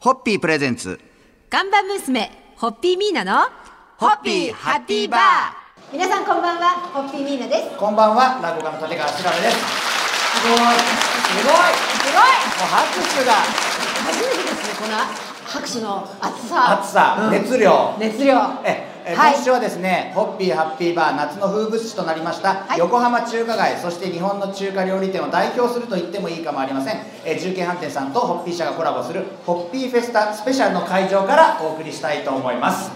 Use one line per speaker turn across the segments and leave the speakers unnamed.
ホッピープレゼンツ。
ガンバ娘、ホッピーミーナの、
ホッピーハッピーバー
皆さんこんばんは、ホッピーミーナです。す
こんばんは、落語家の立川しららです。すごい、すごい、もう
ごい
拍手が、
初めてですね、この拍手の熱さ。
熱さ、
うん
熱量。
熱量。
え、え
はい
今週はですね、ホッピーハッピーバー夏の風物詩となりました、
はい
横浜中華街、そして日本の中華料理店を代表すると言ってもいいかもありません。え、重慶飯店さんとホッピー社がコラボするホッピーフェスタスペシャルの会場からお送りしたいと思います。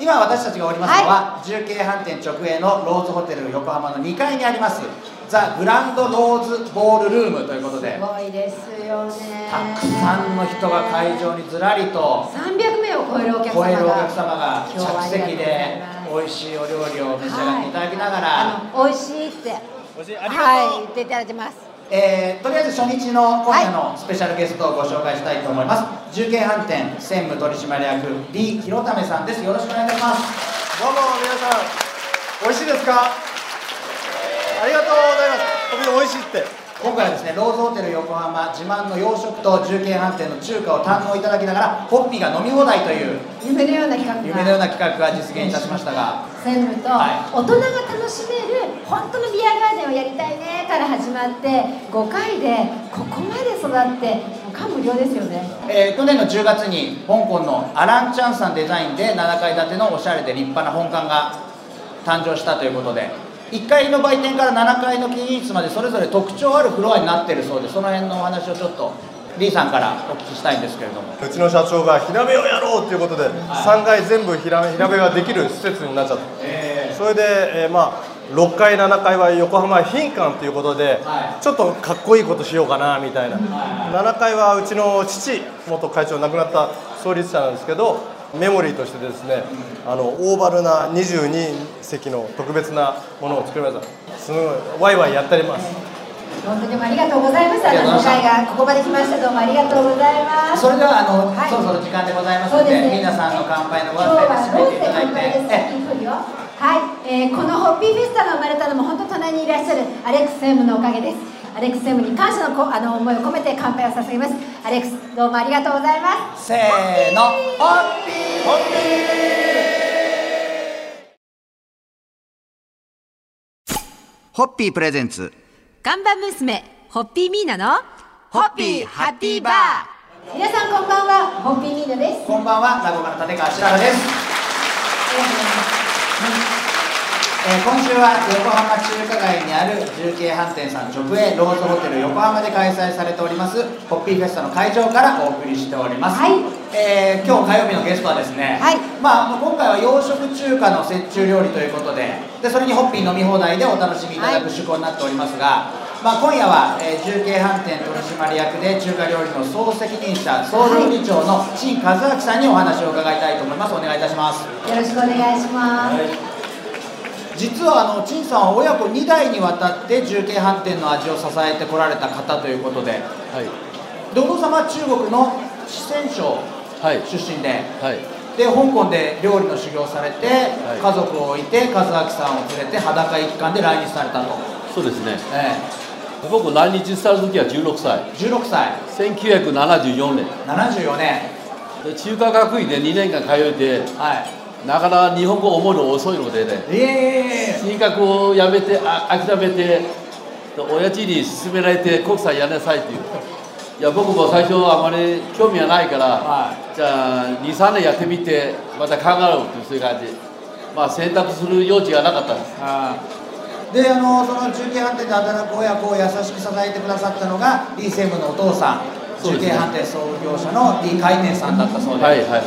今私たちがおりますのは、重慶飯店直営のローズホテル横浜の2階にありますザ・グランドローズボールルームということです
ごいですよね。
たくさんの人が会場にずらりと
300名を超えるお客様
超
が
えるお客様が
今日はあ
着
りが
席
とうござ
で
います
美味しいお料理を召し上がっていただきながら、
あの美味しいって
美味しいありがとう
はい言っていただいてます
えーとりあえず初日の今夜のスペシャルゲストをご紹介したいと思います重慶飯店専務取締役李広為さんですよろしくお願いいたします
どうも皆さん、美味しいですか。ありがとうございます。お味しいって。
今回はですねローズホテル横浜自慢の洋食と重慶飯店の中華を堪能いただきながらホッピーが飲み放題という
夢のような企画が
夢のような企画が実現いたしましたが
専務と
は
大人が楽しめる本当のビアガーデンをやりたいねから始まって5回でここまで育ってもう感無量ですよね
えー去年の10月に香港のアラン・チャンさんデザインで7階建てのおしゃれで立派な本館が誕生したということで1階の売店から7階の金融室までそれぞれ特徴あるフロアになっているそうでその辺のお話をちょっとリーさんからお聞きしたいんですけれども
うちの社長が火鍋をやろうということで、3階全部火鍋火鍋ができる施設になっちゃった。それで、えーまあ。6階7階は横浜賓館ということで、
は
ちょっとかっこいいことしようかなみたいな、7階はうちの父元会長亡くなった創立者なんですけどメモリーとしてですね、あのオーバルな22席の特別なものを作りましたすごいワイワイやっております
本当にもありがとうございました
ありがとうご
今
ざいま
回
した
がここまで来ましたどうもありがとうございます
それではあの、
はい
そろそろ時間でございます
そう
の
で
です
ね
皆さんの乾杯のご
今日
案内
は
で締めて
ローズ
い
で
ただい
乾杯
て
です
ええ
いい風よはい、えーこのホッピーフェスタが生まれたのも本当隣にいらっしゃるアレックス・セムのおかげですアレックス・セムに感謝のこあの思いを込めて乾杯を捧げますアレックスどうもありがとうございます
せーのホッピー
ホッピープレゼンツ。
ガンバ娘、ホッピーミーナの、
ホッピーハッピーバー
皆さんこんばんは、ホッピーミーナです。
こんばんは、ラゴカの立川しららです。えー今週は横浜中華街にある重慶飯店さん直営ローズホテル横浜で開催されておりますホッピーフェスタの会場からお送りしております、
はい
えー今日火曜日のゲストはですね、
はい
まあ、今回は洋食中華の折衷料理ということででそれにホッピー飲み放題でお楽しみいただく趣向になっておりますが、まあ、今夜は、えー重慶飯店取締役で中華料理の総責任者総料理長の陳和明さんにお話を伺いたいと思いますお願いいたします
よろしくお願いします。
実はあの陳さんは親子2代にわたって重慶飯店の味を支えてこられた方ということで
はい、
でお父様は中国の四川省
はい、
出身で
はい、
で香港で料理の修行をされて、家
い
族を置いて和明さんを連れて裸一貫で来日されたと、
そうですね。
え
僕来日した時は16歳、
え16歳
1974年。
74年
で中華学院で2年間通えて、
は
なかなか日本語を覚えるの遅いのでね、
いいえいえいえ
進学をやめて、あ諦めて、で親父に勧められて国際やりなさいっていう。いや、僕も最初あまり興味はないから、
は
じゃあ2、3年やってみて、また考えろっていうそういう感じ。まあ選択する余地がなかったんです。
ああであのその重慶飯店で働く親子を優しく支えてくださったのが李専務のお父さん、
そう
重
です
慶飯店創
ね
業者の李海天さんだったそうです、
はいはいはい。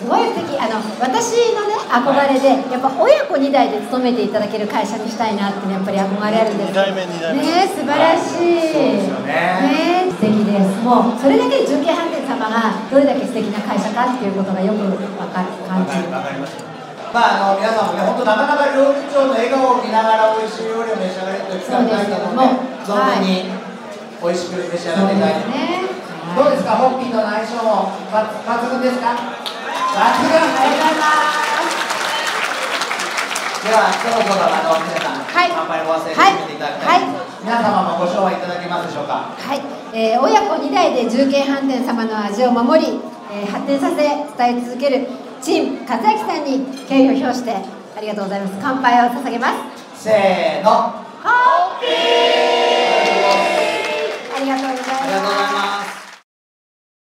すごい素敵あの私のね憧れで、やっぱ親子2代で勤めていただける会社にしたいなってねやっぱり憧れあるんです
二代目二代目
ねえ素晴らしい、
そうですよね
ねえ素敵ですもうそれだけで重慶飯店様がどれだけ素敵な会社かっていうことがよく分かる感じ
わかりましたまああの皆さんもね本当なかなか料理長の笑顔を見ながら美味しい料理を召し上がれるという機会ないと思うので存分に美味し
そうです
く召し上がっていただいて、
ね
どうですかホッピーとの相性もば抜群ですか抜群ありがとうございますではそろそろあの皆さん、乾杯のご発声
はい
を
はい
進めていただきたいと思います、皆様もご賞はいただけますでしょうか
はいえー親子2代で重慶飯店様の味を守り、えー発展させ伝え続ける陳和明さんに敬意を表してありがとうございます乾杯を捧げます
せーの
ホッピーありがとうござ
ありがとうござい
います
ます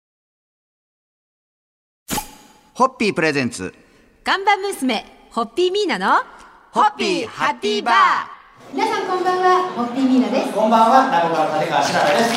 ホッピープレゼンツ
ガンバ娘、ホッピーミーナの、
ホッピーハッピーバー
皆さんこんばんはホッピーミーナです
こんばんは、名古屋の立川しららです、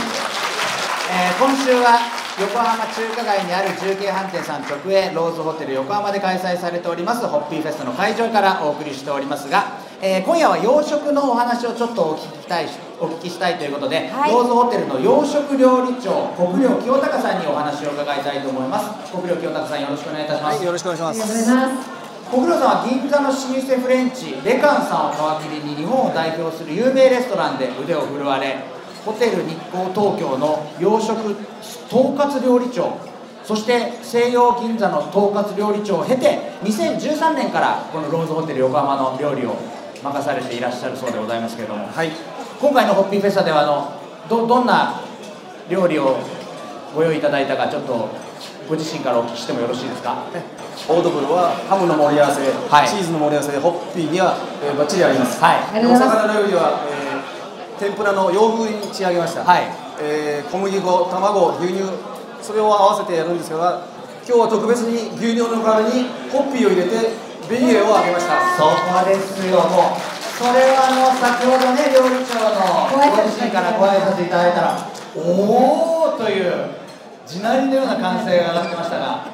えー今週は横浜中華街にある重慶飯店さん直営ローズホテル横浜で開催されておりますホッピーフェストの会場からお送りしておりますが、えー今夜は洋食のお話をちょっとお聞きしたいお聞きしたいということで、
はい
ローズホテルの洋食料理長国領清隆さんにお話を伺いたいと思います国領清隆さんよろしくお願いいたします、
はい、よろしくお願いし
あ
ま
りがとう
す。
ございます
国領さんは銀座の老舗フレンチレカンさんを皮切りに日本を代表する有名レストランで腕を振るわれホテル日光東京の洋食統括料理長そして西洋銀座の統括料理長を経て2013年からこのローズホテル横浜の料理を任されていらっしゃるそうでございますけれども、
はい、
今回のホッピーフェスタではあのどどんな料理をご用意いただいたかちょっとご自身からお聞きしてもよろしいですか
オードブルはハムの盛り合わせ、
はい
チーズの盛り合わせ、ホッピーには、えー、バッチリ合います。
はい
あ
で
りが
お
とうございます
魚の料理は、えー、天ぷらの洋風に仕上げました。
はい
えー小麦粉、卵、牛乳、それを合わせてやるんですが、今日は特別に牛乳の代わりにホッピーを入れてベニエを揚げました。
そこですよ、もう。それはあの先ほどね、料理長のご自身からご挨拶いただいたら、おーという、地鳴りのような歓声が上がってましたが、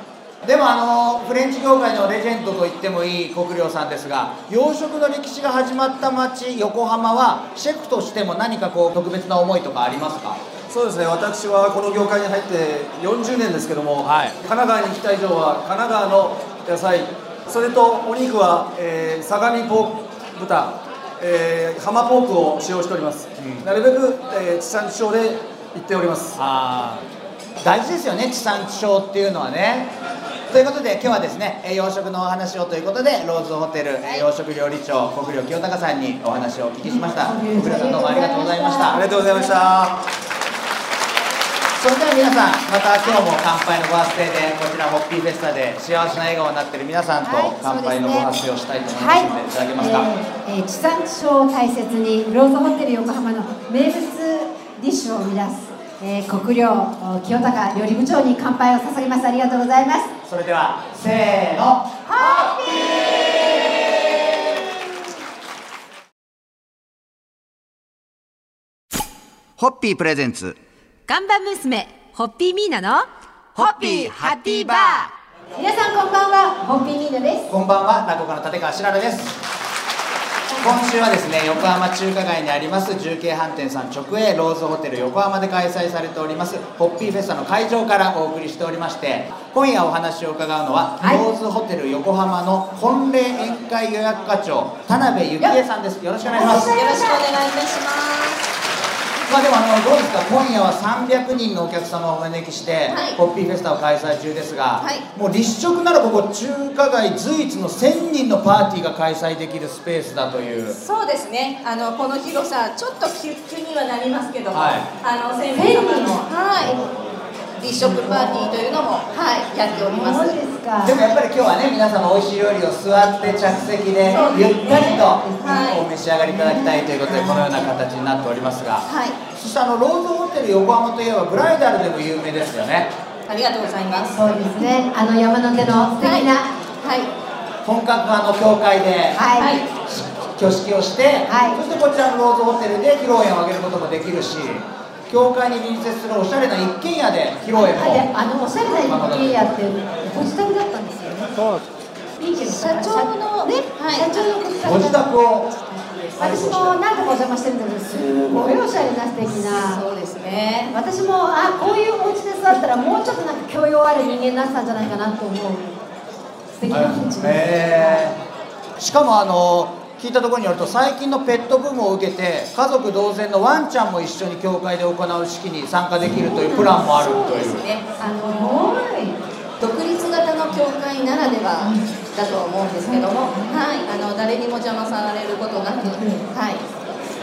でもあのフレンチ業界のレジェンドと言ってもいい国領さんですが、洋食の歴史が始まった町、横浜は、シェフとしても何かこう、特別な思いとかありますか
そうですね。私はこの業界に入って40年ですけども、
はい
神奈川に来た以上は神奈川の野菜、それとお肉は、えー相模ポーク豚、えー、浜ポークを使用しております。
うん
なるべく、えー、地産地消で行っております。
あー大事ですよね地産地消っていうのはねということで今日はですねえー洋食のお話をということでローズホテルえー洋食料理長国領清隆さんにお話をお聞きしました
うん
国領さんどうもありがとうございました
ありがとうございました。
それでは皆さんまた今日も乾杯のご発声でこちらホッピーフェスタで幸せな笑顔になっている皆さんと
はい
乾杯のご発声をしたいと思いますのでいただけますか、
えーえー地産地消を大切にローズホテル横浜の名物ディッシュを生み出す、えー国領お清隆料理部長に乾杯を捧げますありがとうございます
それではせーの
ハッピー
ホッピープレゼンツ
ガンバ娘、ホッピーミーナの、
ホッピーハッピーバー
皆さんこんばんはホッピーミーナです
こんばんは、落語家の立川しららです。今週はですね、横浜中華街にあります重慶飯店さん直営ローズホテル横浜で開催されておりますホッピーフェスタの会場からお送りしておりまして今夜お話を伺うのは、
はい
ローズホテル横浜の婚礼宴会予約課長田辺幸恵さんですよろしくお願いします
よろしくお願いし
まあでもあのどうですか今夜は300人のお客様をお招きして、
はい
ホッピーフェスタを開催中ですが、
はい
もう立食ならここ中華街随一の1000人のパーティーが開催できるスペースだという
そうですね。あのこの広さちょっと急急にはなりますけども、
はい
あの先生様のはい立食パーティーというのもはいやっております。
そうですか
でもやっぱり今日はね皆様美味しい料理を座って着席で
そうです
ゆ
ね
ったりと
はい
お召し上がりいただきたいということでこのような形になっておりますが
はい、
そしてあのローズホテル横浜といえばブライダルでも有名ですよね
ありがとうございます。
そうですねあの山の手の素敵な
はい
本格派の教会で
はい、
はい
挙式をして、
はい
そしてこちらのローズホテルで披露宴を挙げることもできるし教会に隣接するおしゃれな一軒家で披露宴
あで
も
あのおしゃれな一軒家ってご自宅だったんですよねいいけど
社長の
ね、
はい
社長のご自宅
ご自宅を
私も何度かお邪魔してるんだけどすごいおしゃれな素敵な
そうですね。
私もあこういうお家で座ったらもうちょっとなんか教養ある人間になってたんじゃないかなと思う素敵なお家
へーしかもあの聞いたところによると最近のペットブームを受けて家族同然のワンちゃんも一緒に教会で行う式に参加できるというプランもあるという
そうですね。
あの
独立型の教会ならではだと思うんですけども、はいあの誰にも邪魔されることなく、はい。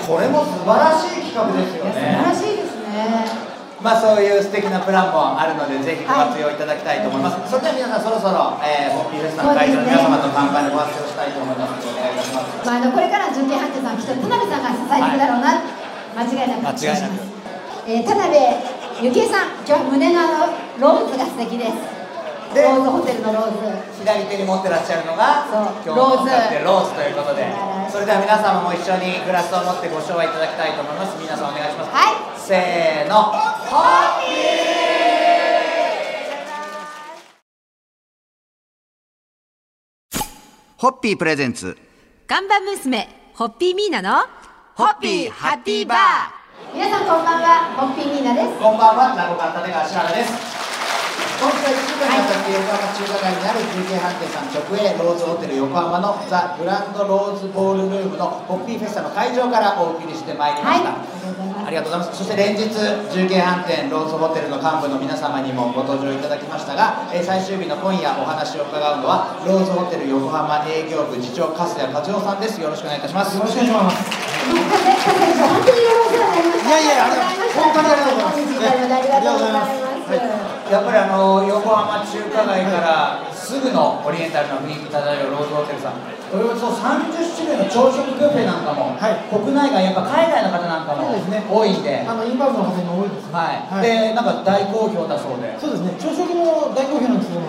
これも素晴らしい企画ですよ
素晴
ね
らしいですね
まあそういう素敵なプランもあるのでぜひご活用いただきたいと思います、それでは皆さんそろそろ、えー、ホッピーフェスタの会場の皆様と乾杯でご発表したいと思いますのでお願いいたします
まあ、あのこれから純慶判定さんきっと田辺さんが支えてくだろうな、間違いなく
間違いなく
えー田辺幸恵さん今日は胸のあのローズが素敵です
で
ローズホテルのローズ
左手に持ってらっしゃるのが
そう
今日のってローズということで
はい
それでは皆様も一緒にグラスを持ってご賞味いただきたいと思います皆さんお願いします、
は
せーの
ホッピープレゼンツ
看板娘、ホッピーミーナの、
ホッピーハッピーバー
皆さんこんばんはホッピーミーナです
こんばんは、名古屋立川し原です。今回1週間にわたって横浜中華街にある JK 飯店さん直営ローズホテル横浜のザ・グランドローズボールルームのホッピーフェスタの会場からお送りしてまいりました、
はい
ありがとうございますそして連日中継飯店ローズホテルの幹部の皆様にもご登場いただきましたが、えー最終日の今夜お話を伺うのはローズホテル横浜営業部次長粕谷和夫さんですよろしくお願いいたしますよろしくお願いします
もう風風さん本当にいろいろお世話になりました。本当にありがとうございました。ありがとうございます。
やっぱりあの横浜中華街からすぐのオリエンタルの雰囲気漂うローズホテルさんおよそ30種類の朝食ブッフェなんかも、国内外やっぱ海外の方なんかも多いんで
あのインバウンドの派手に多いですね。
はい、
は
で
い
なんか大好評だそうで
そうですね。朝食も大好評なんですけども、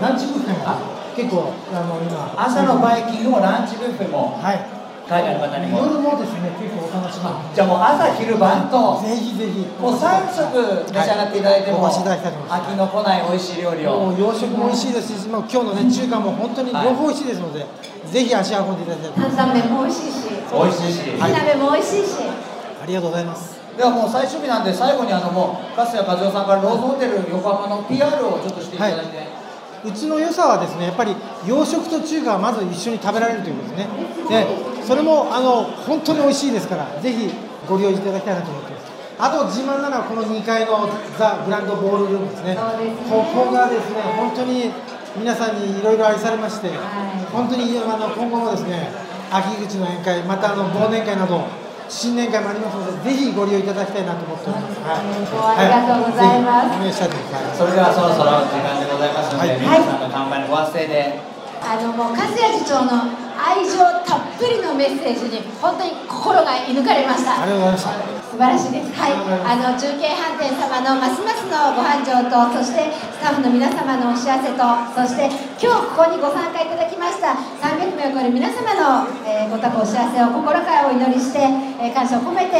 ランチブッフェも結構あの今
朝のバイキングもランチブッフェも
はい。
海外の方に
夜
も
もですね結構お楽しみ。
じゃあもう朝昼晩と
ぜひぜひ。
もう3食召し上がっていただいても、
はいお待ちいただきたいと思います
飽きのこない美味しい料理を
もう洋食も美味しいですし、まあ今日のね中華も本当に両方美味しいですので、ぜひ足運んでいただきたいと思いま
担々麺も美味しいし、火
美味しいし、
鍋も美味しいし、
す。ありがとうございます。
ではもう最終日なんで最後にあのもう粕谷和夫さんからローズホテル横浜の PR をちょっとしていただいて、
うちの良さはですね、やっぱり洋食と中華はまず一緒に食べられるということですね。で、それもあの本当に美味しいですから、ぜひご利用いただきたいなと思ってます。あと自慢なのはこの2階のザ・グランドボールルームですね。
そうですね
ここがですね、本当に皆さんにいろいろ愛されまして、
い
本当にあの今後もですね、秋口の宴会、またあの忘年会など、新年会もありますので、ぜひご利用いただきたいなと思っております。はい
ありがとうございます
はぜひお願いしたいと思います。
それではそろそろ時間でございますので、
はい
皆さんの乾杯のご発声で
あのもう粕谷次長の愛情たっぷりのメッセージに本当に心が射抜かれました
あ。りがとうございました。
素晴らしいです。はい、あの中継飯店様のますますのご繁盛と、そしてスタッフの皆様のお幸せと、そして今日ここにご参加いただきました300名を超える皆様の、えーご多幸お幸せを心からお祈りして、えー感謝を込めて、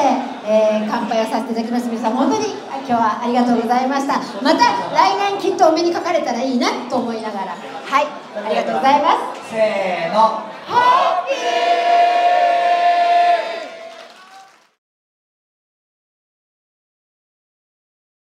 えー乾杯をさせていただきます。皆さん本当にあ今日はありがとうございました。また来年きっとお目にかかれたらいいなと思いながら、はい、ありがとうございます。
せーの
ハッ